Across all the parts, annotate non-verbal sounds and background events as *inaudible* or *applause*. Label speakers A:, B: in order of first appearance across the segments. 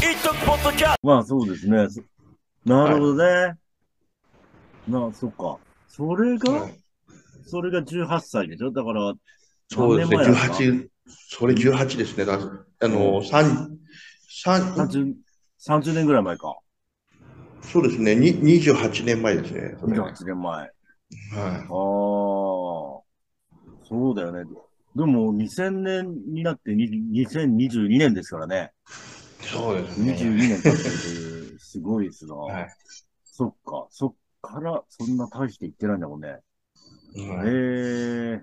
A: イトポッドキャス
B: まあそうですね。そなるほどね。なあ、そっか。それが、それが18歳でしょだから、
C: そうですね、
B: 何年前ですか
C: 18、それ18ですね。だあの、三三
B: 30, 30年ぐらい前か。
C: そうですね、に28年前ですね。それは
B: 28年前。ああ、
C: い。
B: そうだよね。でも2000年になってに2022年ですからね。
C: そうです
B: 22
C: ね。
B: 年経ってるという、すごいですな。
C: はい
B: そっか、そっからそんな大していってないんだもんね。
C: はい
B: へえ。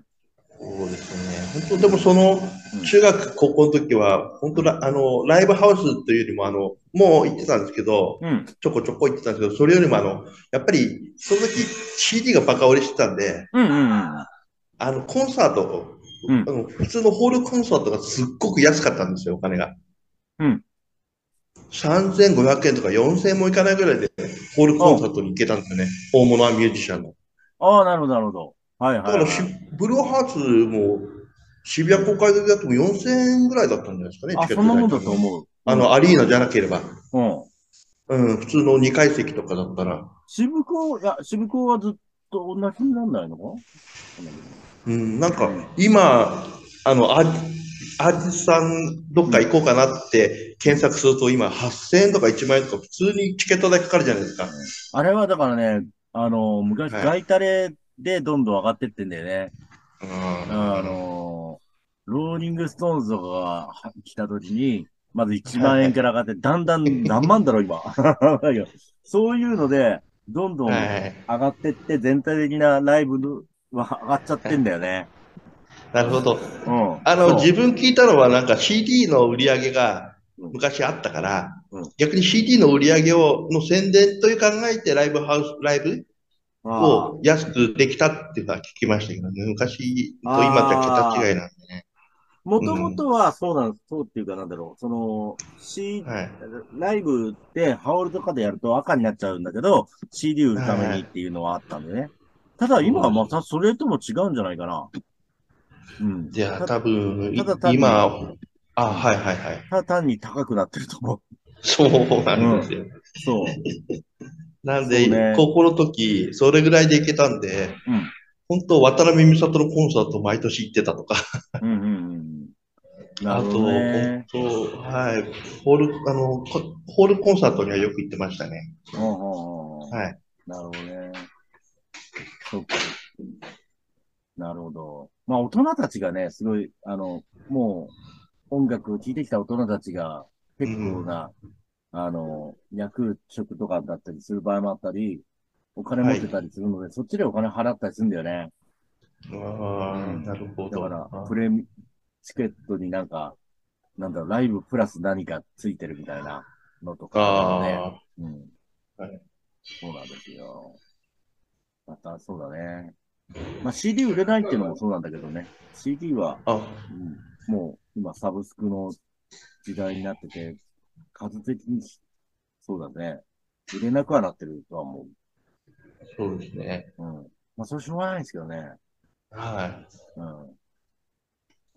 C: そうですね。本当、でもその、中学、高校の時は、本当ら、あの、ライブハウスというよりも、あの、もう行ってたんですけど、
B: うん。
C: ちょこちょこ行ってたんですけど、それよりも、あの、やっぱり、その時 CD がバカ売れしてたんで、
B: うんうんうん。
C: あの、コンサート、
B: うん
C: あの普通のホールコンサートがすっごく安かったんですよ、お金が。
B: うん。
C: 3500円とか4000円もいかないぐらいで、ホールコンサートに行けたんですよね。大物はミュージシャンの。
B: ああ、なるほど、なるほど。はい
C: だ
B: は
C: か
B: い、
C: ら
B: は
C: し
B: い。、
C: ブルーハーツも渋谷公会堂でやっても4000円ぐらいだったんじゃないですかね、
B: あ、
C: チケ
B: そ
C: ット
B: ん
C: 代
B: なもんだと思う。
C: あの、アリーナじゃなければ。
B: うん。
C: うん、普通の2階席とかだったら。
B: 渋子、いや、渋子はずっと同じになんないのか
C: うん、なんか、今、あの、アーアーティストさんどっか行こうかなって検索すると、今、8000円とか1万円とか、普通にチケット代かかるじゃないですか。
B: あれはだからね、あの、昔、
C: はい
B: ガイタレでどんどん上がってってんだよね。
C: うん
B: あの、ローリングストーンズとかがは来た時に、まず1万円から上がって、だんだん何万だろう、今。 *laughs* いやそういうので、どんどん上
C: はい。
B: がってって、全体的なライブのは上がっちゃってんだよね。
C: なるほ
B: う
C: ど。
B: ん。
C: あ
B: そう
C: の、自分聞いたのは、なんか CD の売り上げが昔あったから
B: うん、
C: 逆に CD の売り上げを、の宣伝という考えて、ライブハウス、ライブ
B: ああ
C: を安くできたっていうのは聞きましたけどね、昔と今じゃ桁違いなんでね。
B: もともとはそうなん、そうっていうかなんだろう、その、C、
C: はい。
B: ライブでハオルとかでやると赤になっちゃうんだけど、CD 売るためにっていうのはあったんでね。ただ今はまたそれとも違うんじゃないかな。うん。
C: じゃあ、
B: た
C: 多分、
B: ただ単に
C: 今、あ、はいはいはい。
B: ただ単に高くなってると思う。
C: そうなんですよ。
B: そう。
C: なん
B: そう
C: で
B: ね、
C: 高校の時、それぐらいで行けたんで
B: うん、
C: 本当、渡辺美里のコンサート毎年行ってたとか。
B: うんうんうん。な
C: あ
B: るほ
C: と、
B: どね。
C: そう、はい。ホール、あの、こホールコンサートにはよく行ってましたね。
B: うんうんうんうん
C: はい。
B: なるほどね。そっか。なるほど。まあ、大人たちがね、すごい、あの、もう、音楽を聴いてきた大人たちが、結構な、あの、役職とかだったりする場合もあったり、お金持ってたりするので、そっちでお金払ったりするんだよね。
C: ああ、なるほ
B: だ
C: ど。
B: から
C: あ、
B: プレミ、チケットになんか、なんだろう、ライブプラス何かついてるみたいなのとか、ね。
C: あ
B: うん。
C: はい
B: そうなんですよ。また、そうだね。まあ、CD 売れないっていうのもそうなんだけどね。CD は、
C: ー、あ、
B: うん、もう今サブスクの時代になってて、数的に、そうだね。売れなくはなってるとは思
C: そうですね。
B: う。うん。まあ、それしょうがないんですけどね。
C: は
B: うん。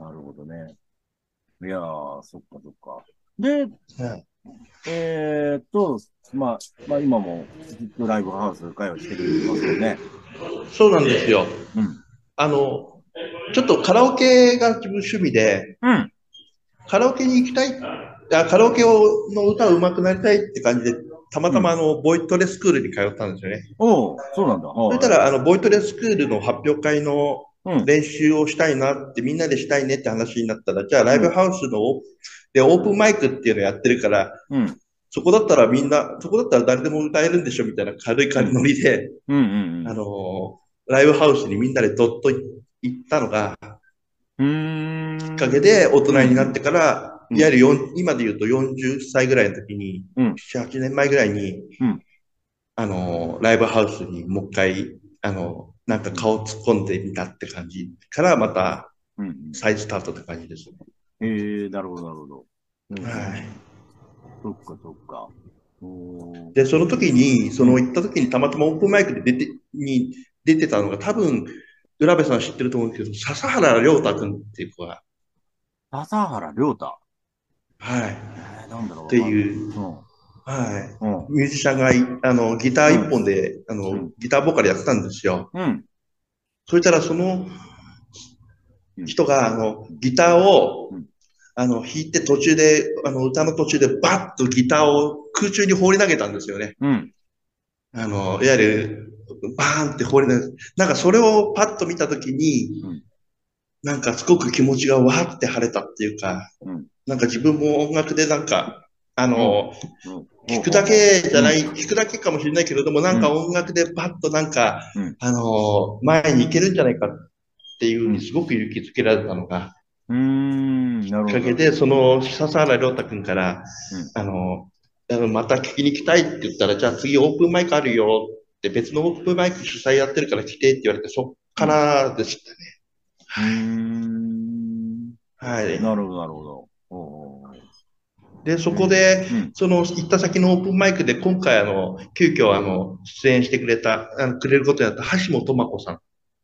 B: なるほどね。いやー、そっかそっか。で、
C: い。はい。
B: えー、っと、まあ、まあ今もずっとライブハウス会をしてるますよね。
C: そうなんですよ。
B: うん。
C: あの、ちょっとカラオケが自分趣味で、
B: うん。
C: カラオケに行きたい、あカラオケをの歌うまくなりたいって感じで、たまたまあの、ボイトレスクールに通ったんですよね。
B: おうそうなんだ。
C: そ
B: はい
C: したら、あの、ボイトレスクールの発表会の
B: うん。
C: 練習をしたいなって、みんなでしたいねって話になったら、じゃあライブハウスのオープンでオープンマイクっていうのやってるから、
B: うん。
C: そこだったらみんな、そこだったら誰でも歌えるんでしょみたいな軽い軽いノリで、
B: うん。うん。
C: あ
B: う
C: のーライブハウスにみんなでどっと行ったのが、
B: ん。うーん。
C: きっかけで大人になってから、
B: うん
C: いわゆる4今で言うと40歳ぐらいの時に、
B: うん
C: 7、8年前ぐらいに、
B: うん
C: あのーライブハウスにもう一回、あのーなんか顔突っ込んでみたって感じから、また、
B: うんうん。
C: 再スタートって感じです。
B: えー、なるほど、なるほど。うん
C: はい。
B: そっか、そっか。おー
C: で、その時に、その行った時にたまたまオープンマイクで出て、に出てたのが多分、浦部さん知ってると思うんですけど、笹原亮太君っていう子が、
B: 笹原亮太。
C: はい。
B: えなんだろう。
C: ていう、
B: うん。
C: はい。
B: うん。
C: ミュージシャンがい、あの、ギター一本で、あ
B: う
C: の
B: ん、
C: ギターボーカルやってたんですよ。
B: うん。
C: そしたらその
B: うん
C: 人が、あの、ギターを
B: うん、
C: あの、弾いて途中で、あの、歌の途中でバッとギターを空中に放り投げたんですよね。
B: うん。
C: あの、いわゆる、バーンって放り投げなんかそれをパッと見たときに
B: うん、
C: なんかすごく気持ちがわーって晴れたっていうか
B: うん、
C: なんか自分も音楽でなんか、あの、
B: うん
C: 弾くだ。けじゃない、弾くだけかもしれないけれども、なんか音楽でパッとなんか、
B: うん
C: あのー前に行けるんじゃないかっていうふうにすごく勇気づけられたのが、
B: うーん。なる
C: お
B: ほ
C: か
B: ど。
C: げで、その、笹原亮太君から、
B: うん
C: あのーあの、また聞きに来たいって言ったら、じゃあ次オープンマイクあるよって、別のオープンマイク主催やってるから来てって言われて、そっからでしたね。
B: うーん。
C: はい。
B: なるほど、なるほど。おうおう
C: で、そこで、
B: うん
C: その行った先のオープンマイクで今回あの、急遽あの、出演してくれた、あのくれることになった橋本真子さん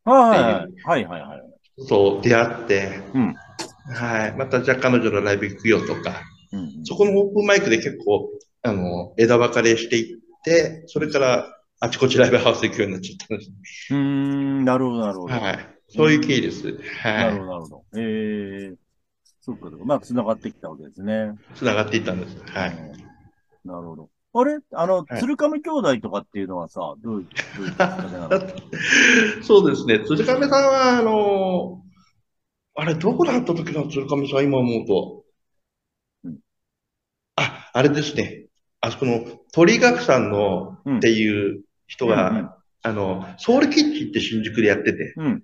B: はいはいはいはいはい。
C: と出会って、
B: うん
C: はい。またじゃあ彼女のライブ行くよとか、
B: うんうん
C: そこのオープンマイクで結構、あの、枝分かれしていって、それからあちこちライブハウス行くようになっちゃったんです。
B: うーん、なるほど、なるほど。
C: はい。そういう経緯です。
B: なるほど、な
C: は
B: るほど。えー、そっか、そっかまあ、繋がってきたわけですね。
C: い。繋がっていったんです。はい。
B: うんなるほど。あれあの、
C: はい
B: 鶴亀兄弟とかっていうのはさ、どういう、どういうきっか
C: *laughs*
B: けなの
C: そうですね。鶴亀さんは、あの、あれ、どこで会った時の鶴亀さん、今思うと
B: うん。
C: あ、あれですね。あそこの鳥楽さんの
B: うん
C: っていう人が、
B: うんうん
C: あの、ソウルキッチンって新宿でやってて、
B: うん、うん、うん。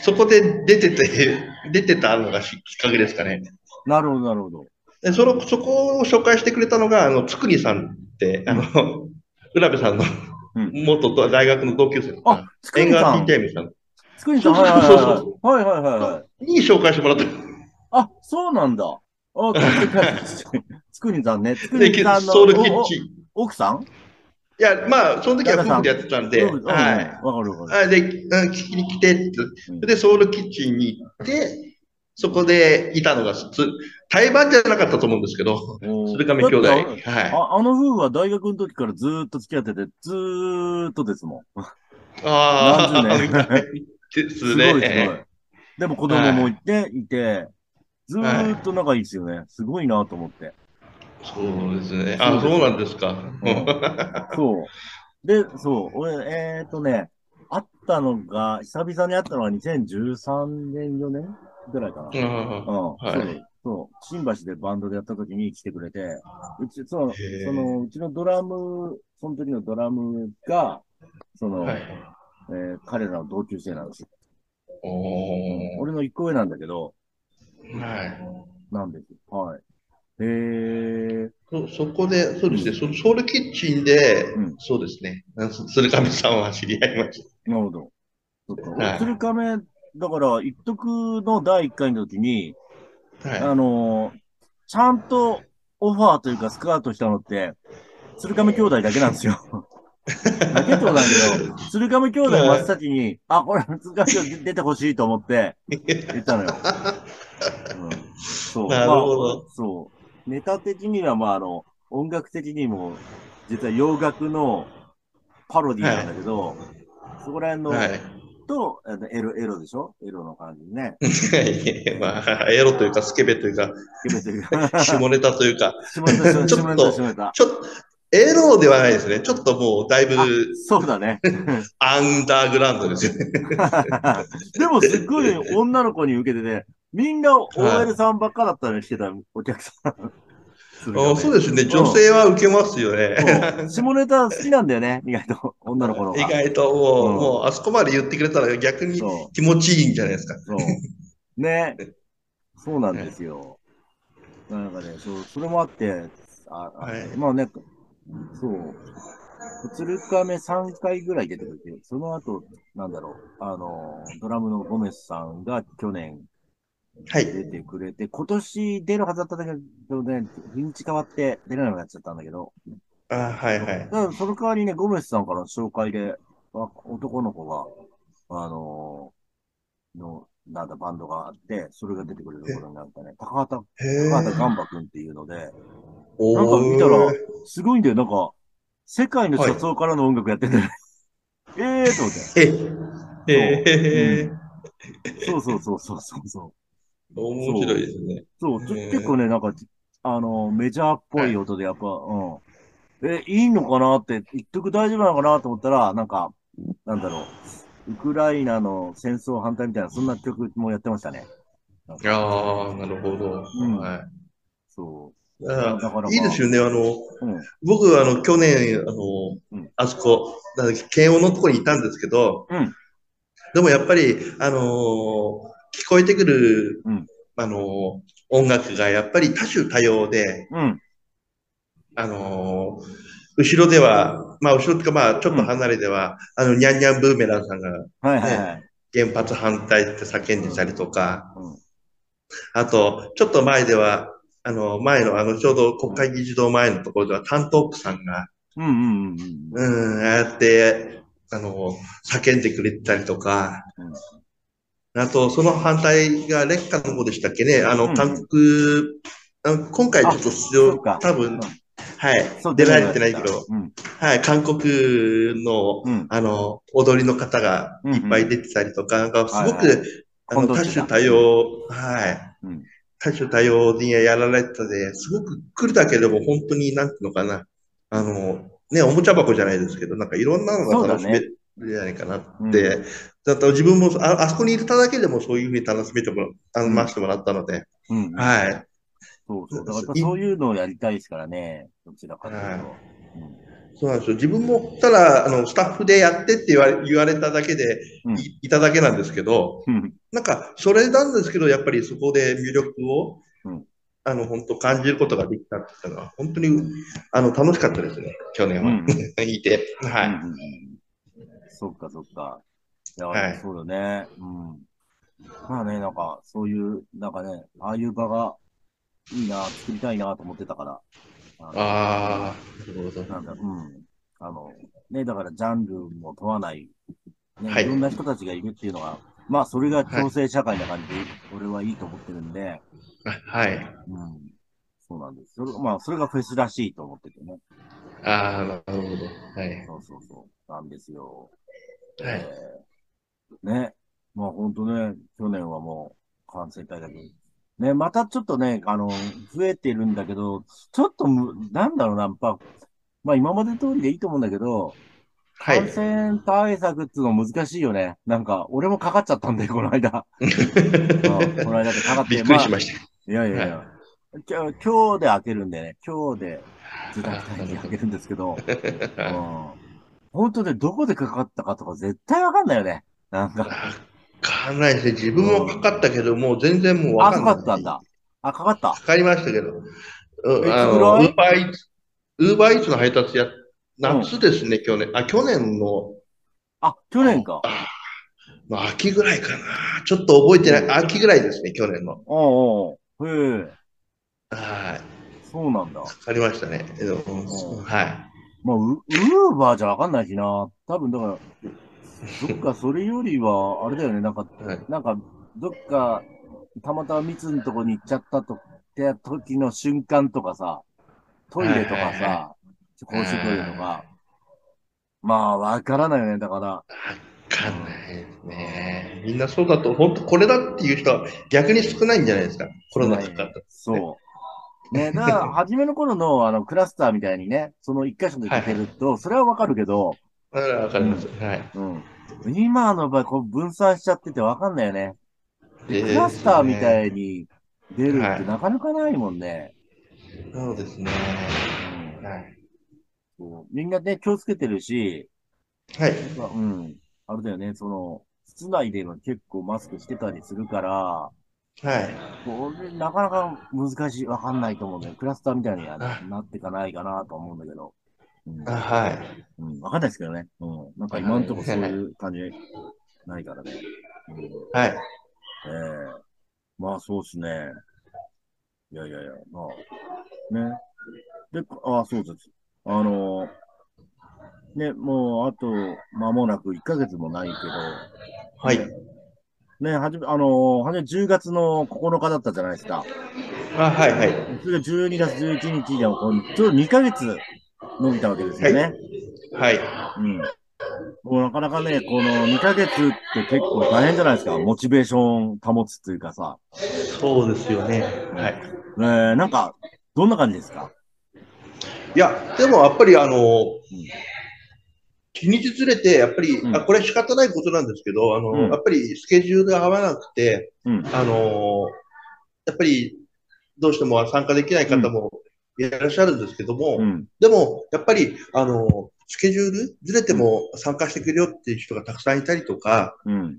C: そこで出てて、 *laughs* 出てたのがきっかけですかね。
B: なるほど、なるほど。
C: でそのそこを紹介してくれたのが、あの、つくにさんって、あの、浦部さんの
B: うん
C: 元と大学の同級生の、
B: あ、つく
C: 縁
B: にさ
C: 側
B: ん
C: PTM さん
B: つくにさん、
C: そう
B: はい
C: そうそ
B: はいはいはい。はいはいはい。
C: に紹介してもらった。
B: あ、そうなんだ。あ、
C: *laughs*
B: つくにさんね。つく
C: で
B: にさんの
C: ソウルキッチン。
B: お奥さん
C: いや、まあ、その時は夫婦でやってたんで、
B: うんうん
C: は
B: わかるわ
C: い。
B: かる。
C: はい、で、うん聞きに来てって
B: うん、
C: で、ソウルキッチンに行って、そこでいたのが、つ対バンじゃなかったと思うんですけど、
B: おー
C: 鶴亀兄弟。
B: だ
C: は
B: っ
C: い
B: て。ああの夫婦は大学の時からずーっと付き合ってて、ずーっとですもん。
C: あ
B: 何十年
C: あ、です
B: すごいすごい
C: ね。。
B: でも子供もいて、いて、ずーっと仲いいですよね。すごいなと思
C: *laughs*
B: って。
C: そうですね。あ、
B: そう
C: そ
B: です
C: うなんですか。
B: うんそう。で、そう、俺、えっ、ー、とね、会ったのが、久々に会ったのが2013年、4年ぐらいかな。
C: うん
B: うん、
C: はい
B: そうそう。新橋でバンドでやった時に来てくれて、うち、その、
C: へー
B: その、うちのドラム、その時のドラムが、その、
C: はい。
B: えー彼らの同級生なんですよ。
C: おー
B: 俺の一個上なんだけど、
C: はい。
B: なんですよ。はい。へえー、
C: そそこで、そうですね、そソウルキッチンで、
B: うん
C: そうですね、そ鶴亀さんは知り合いまし
B: なるほど。そっか。
C: はい
B: 鶴亀、だから、一徳の第一回の時に、
C: た。はい。
B: あのーちゃんとオファーというかスカウトしたのって、鶴亀兄弟だけなん
C: *laughs*
B: ですよ。だけってことなんだけど、鶴亀兄弟真っ先に、あ、これ、鶴亀兄弟出てほしいと思って、言ったの
C: *laughs*
B: よ。うん、そう。
C: なるほど
B: まあそう。ネタ的には、まあ、あの、音楽的にも、実は洋楽のパロディなんだけど、そこら辺の、
C: はい。
B: と、あのエロ、エロでしょエロの感じね。
C: *laughs* まあ、エロというか、スケベというか、
B: 決めて
C: *laughs*
B: る。下
C: 下ネタというか、
B: ネタ、下ネタ、
C: ちょっと
B: 下ネタ下ネタ。
C: ちょっと、エロではないですね。ちょっともう、だいぶ
B: あ、そうだね。 *laughs*
C: アンダーグラウンドですよね。
B: でもすっごい女の子に受けてね、みんな OL さんばっかだったりしてたお客さん。
C: あそう
B: で
C: ですね、女性は受けますよね。 *laughs*
B: 下ネタ好きなんだよね、意外と。女の子の方
C: 意
B: が。
C: 外ともう、
B: うん
C: もう、あそこまで言ってくれたら逆に
B: そ
C: 気持ちいいんじゃないですか
B: う、。そう。ね。そうなんですよ。なんかね、そう、それもあって、あ、あ
C: はい
B: まあね、そう。鶴亀3回ぐらい出てくれて、その後、なんだろう、あの、ドラムのゴメスさんが去年
C: はい。
B: 出てくれて、今年出るはずだったんだけどね、日にち変わって出れなくなっちゃったんだけど、
C: あはいはい。
B: ただその代わりね、ゴメスさんからの紹介で、あ男の子が、あのーの、なんだバンドがあって、それが出てくるところになったね。高畑、
C: へ
B: 高畑
C: え。
B: ガンバ君っていうので、
C: お
B: なんか
C: ー
B: 見たら、すごいんだよ。なんか、世界の社長からの音楽やってて、 *laughs* ええーと思っ
C: え、えー、
B: て。そうそうそうそうそうそう。
C: 面白いですね。
B: そう、ちょ
C: へー
B: 結構ね、なんか、あの、メジャーっぽい音で、やっぱ、うん。え、いいのかなって、一曲大丈夫なのかなと思ったら、なんか、なんだろう、ウクライナの戦争反対みたいな、そんな曲もやってましたね。
C: ああ、なるほど。
B: うん
C: は
B: そ
C: い。だから
B: だからまあ
C: いいですよね。あの、
B: う。うん。
C: 僕、あの、去年、あの
B: うん、
C: あそこ、なんだっけ、検温のところにいたんですけど、
B: うん
C: でもやっぱり、あのー聞こえてくる、
B: うん
C: あのー音楽がやっぱり多種多様で、
B: うん。
C: あのー後ろでは、まあ後ろっていうかまあちょっと離れでは、あの、ニャンニャンブーメランさんが
B: はいはいはい。
C: 原発反対って叫んでたりとか、
B: うん
C: あと、ちょっと前では、あの、前の、あの、ちょうど国会議事堂前のところでは、担当区さんが、
B: うんうんうんうん。
C: うん、ああやって、あの、叫んでくれてたりとか、
B: うん
C: あと、その反対が劣化の方でしたっけね、あ
B: うんう
C: の、
B: ん
C: 韓国、あの今回ちょっと出
B: そう
C: 場、
B: か。
C: 多分、
B: う
C: はい、
B: んそう
C: 出られてないけど、。
B: うん。
C: はい、韓国の、
B: うん
C: あの、踊りの方がいっぱい出てたりとか、なんかすご
B: はいは
C: く、あの、
B: 混同
C: 多
B: 値だ
C: 種多様、はい、
B: うん。
C: 多種多様にやられてたで、すごく来るだけでも本当に、なんていうのかな、あの、ね、おもちゃ箱じゃないですけど、なんかいろんなのが楽しめるんじゃないかなって、
B: う
C: だったら自分もあ、あそこにいただけでもそういうふうに楽しめてもら、あの
B: うん
C: ましてもらったので、
B: うんうん。
C: はい。
B: そうそう。だからやっぱそういうのをやりたいですからね。どちらかというと。うん
C: そうなんですよ。自分も、ただ、あの、スタッフでやってって言われ言われただけで
B: うん
C: い、いただけなんですけど、
B: うん。
C: なんか、それなんですけど、やっぱりそこで魅力を
B: うん、
C: あの、本当感じることができたっていうのは、本当に、あの、楽しかったですね、去年
B: うん
C: は。いて。は
B: うん
C: い。
B: うんうんそっかそっか。いや、
C: はい
B: そうよね。うん。まあね、なんか、そういう、なんかね、ああいう場がいいな、作りたいなと思ってたから。
C: ああ、なるほど。
B: なんだ、うん。あの、ね、だからジャンルも問わない、ね、
C: はい
B: いろんな人たちがいるっていうのが、まあ、それが共生社会な感じで、俺はいいと思ってるんで、
C: はい。
B: うん。そうなんです。それ、まあ、それがフェスらしいと思っててね。
C: ああ、なるほど。はい。
B: そうそうそう。なんですよ。
C: はい。
B: えーね。まあ本当ね、去年はもう感染対策。ね、またちょっとね、あの、増えてるんだけど、ちょっとむ、なんだろうな、やっぱ、まあ今まで通りでいいと思うんだけど、
C: は
B: 感
C: い。
B: 染対策っていうの難しいよね。なんか、俺もかかっちゃったんだよ、この
C: *laughs*
B: 間。うんこの間でかかって。
C: びっくりし
B: ま
C: ました。
B: あ、いやいやいや。きょ今日で開けるんでね、今日で自宅待機開けるんですけ
C: *laughs*
B: ど、うん本当ね、どこでかかったかとか絶対わかんないよね。なんか。
C: かかんないですね。自分もかかったけど、もう全然もうわ
B: あ、か
C: かん
B: か
C: ない。
B: ったんだ。あ、かかった。
C: かかりましたけど、う
B: え
C: んあ
B: いつぐら
C: の、
B: い
C: ウーバーイーツ、ウーバーイーツの配達や、夏ですね、去年。あ、去年の、
B: あ、去年か。
C: まあ、秋ぐらいかな。ちょっと覚えてない。秋ぐらいですね、去年の。
B: おうおう。へえ、
C: はい。
B: そうなんだ。
C: かかりましたね。えっと
B: うん
C: はい。
B: まあ、ウウーバーじゃわかんないしな。多分だから、どっかそれよりは、あれだよね、なんか、
C: はい
B: なんか、どっか、たまたま密のとこに行っちゃったと、って時の瞬間とかさ、トイレとか
C: はいはいは
B: さ、公衆トイレとか、まあ、わからないよね、だから。
C: かんないですね。みんなそうだと、本当これだっていう人は逆に少ないんじゃないですか。コロナかかった。 *laughs*
B: そう。ね、だから、初めの頃の、あの、クラスターみたいにね、その一箇所で聞けると、それはわかるけど、
C: だからわかります。はい。
B: うん。今の場合、こう分散しちゃっててわかんないよね。
C: で
B: クラスターみ
C: い。
B: たいに出るっ
C: は
B: て
C: い
B: なかなかないもんね。
C: そうですね。
B: うん
C: はい。
B: そうみんなね、気をつけてるし、
C: はい。
B: まあうん。あれだよね、その、室内では結構マスクしてたりするから、
C: はい。
B: これなかなか難しい、わかんないと思うんだよ。クラスターみたいにはな
C: は
B: なっていかないかなと思うんだけど。うん
C: あはい。
B: うん、わかんないですけどね。うん。なんか今のところそういう感じないからね。うん、え
C: はい。
B: えまあそうですね。いやいやいや、まあ。ね。で、あそうです。あのね、もうあと間もなく1ヶ月もないけど、
C: はい。
B: ね、はじめ、あのー、はじめ10月の9日だったじゃないですか。
C: あ、はいはい。
B: それが12月11日で、こうちょうど2ヶ月伸びたわけですよね。
C: はい。
B: うん。もうなかなかね、この2ヶ月って結構大変じゃないですか。モチベーション保つというかさ。
C: そうですよね。はい。
B: えー、なんか、どんな感じですか
C: いや、でもやっぱりあの、日にちずれて、やっぱり、
B: うん
C: あ、これ仕方ないことなんですけど、あの、
B: うん
C: やっぱりスケジュールが合わなくて、
B: うん。
C: あの、やっぱりどうしても参加できない方もいらっしゃるんですけども、
B: うん。
C: でも、やっぱり、あの、スケジュールずれても参加してくれよっていう人がたくさんいたりとか、
B: うん。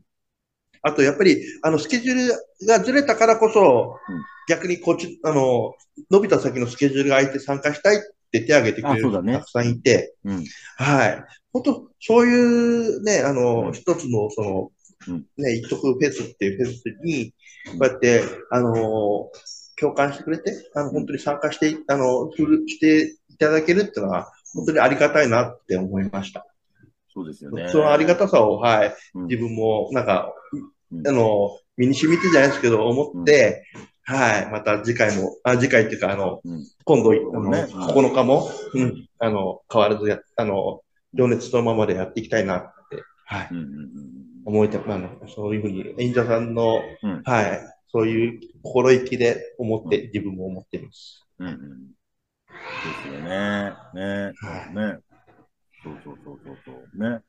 C: あと、やっぱり、あの、スケジュールがずれたからこそ、
B: うん
C: 逆にこっち、あの、伸びた先のスケジュールが空いて参加したいって手を挙げてくれる
B: あそうだ
C: 人
B: ね
C: がたくさんいて、
B: うん
C: はい。本当そういうね、あの、
B: うん
C: 一つの、その、
B: うん
C: ね、一徳フェスっていうフェスに、
B: うん
C: こうやって、あの、共感してくれて、あの、本当に参加して、あの、するしていただけるっていうのは、本当にありがたいなって思いました。
B: そうですよね。
C: そのありがたさを、はい、
B: うん
C: 自分も、なんか、
B: うん
C: あの、身に染みてじゃないですけど、思って、はい、また次回も、あ、次回っていうか、あの、
B: うん
C: 今度、あ
B: そう
C: の、
B: ね
C: 9日も、うん、あの、変わらずや、あの、情熱そのままでやっていきたいなって、はい、
B: うんうんうん
C: 思えて、あの、そういうふうに、演者さんの、
B: うん
C: はい、そういう心意気で思って、自分も思っています。
B: うんうんうん。ですよね。ね。
C: はい。
B: ね。そうそうそうそうそう。ね。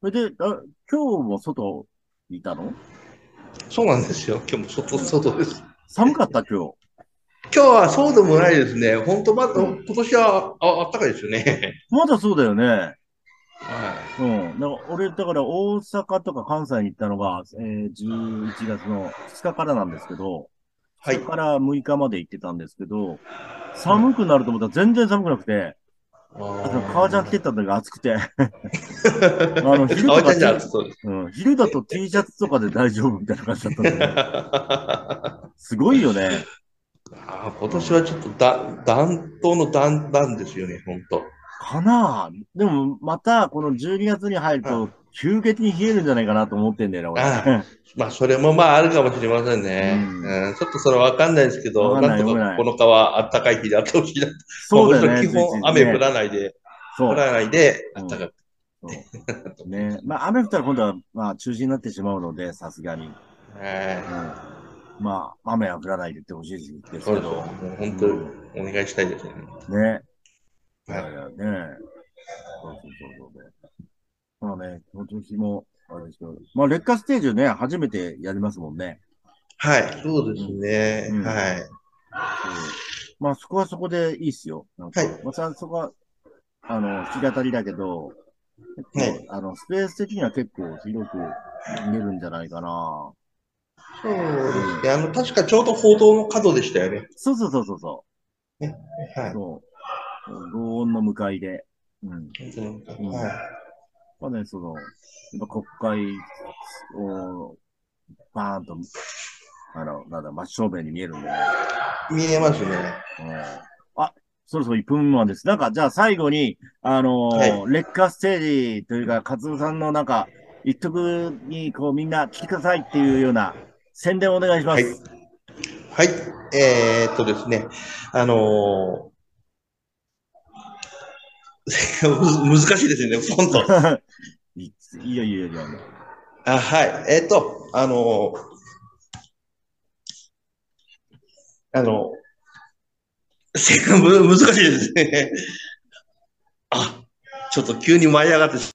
B: それで、あ今日も外にいたの
C: そうなんですよ。今日も外、外です。
B: 寒かった今日。
C: 今日はそうでもないですね。本当まだ、
B: うん
C: 今年はああったかいですよね。
B: まだそうだよね。
C: はい。
B: うん。だから俺、だから大阪とか関西に行ったのが、えー、11月の2日からなんですけど、
C: はい
B: 2日から6日まで行ってたんですけど、寒くなると思ったら全然寒くなくて、あの革ジャン着てった時が暑くて、
C: あ
B: あの昼とか
C: *laughs* 革ジャンじゃ
B: *laughs*
C: んそう *laughs* です。
B: うん、昼だと T シャツとかで大丈夫みたいな感じだったんだけど、すごいよね。
C: あー今年はちょっとだ暖冬の暖暖ですよね、本当。
B: かなあでも、また、この12月に入ると、急激に冷えるんじゃないかなと思ってんだよね、俺。
C: あまあ、それもまああるかもしれませんね。
B: う
C: うんんちょっとそれわかんないですけど、
B: わかん
C: な
B: なんい
C: と
B: わかんな
C: か
B: い
C: この川あったかい日であってほしいな。
B: *laughs* そうだ
C: まあ
B: よね。
C: 基本
B: 11
C: 雨
B: ね
C: 降らないで、
B: そ
C: 降
B: う。
C: らないで、
B: う
C: あ
B: ん
C: ったかく。
B: そう。ね。まあ、雨降ったら今度は、まあ、中止になってしまうので、さすがに。うん。
C: はい
B: まあ、雨は降らないでってほしいですけ
C: そうです
B: ど。
C: よ。もう本当、お願いしたいですよね。
B: ね。い
C: は
B: や
C: い
B: いや、ね。そうそうそうそう。まあね、今年も、あれですけど。まあ、劣化ステージね、初めてやりますもんね。
C: はい、そうですね。
B: うん
C: はい。
B: まあ、そこはそこでいいっすよ。なんか、
C: はい
B: またそこは、あの、弾き語りだけど、
C: は
B: 結
C: い
B: 構あの、スペース的には結構広く見えるんじゃないかな。
C: そうですね。あの、確かちょうど報道の角でしたよね。
B: そうそうそうそうそう。
C: はい。
B: そう。轟音の向かいで。うん。ん
C: は
B: まあね、その、やっぱ国会を、バーンと、あの、なんだ、真正面に見えるんでね。
C: い、見えますね。
B: うんあ、そろそろ1分間です。なんか、じゃあ最後に、あのー劣化ステージというか、カツオさんのなんか、一曲にこうみんな聞いてくださいっていうような宣伝をお願いしま
C: はい
B: す。。
C: はい。えー、っとですね。あのー *laughs* む難しいですね、ポンと。
B: *laughs* い、いよいよいいよいいよ。
C: あはい。えーっと、あのーあの *laughs* せむ難しいですね。あ、ちょっと急に舞い上がって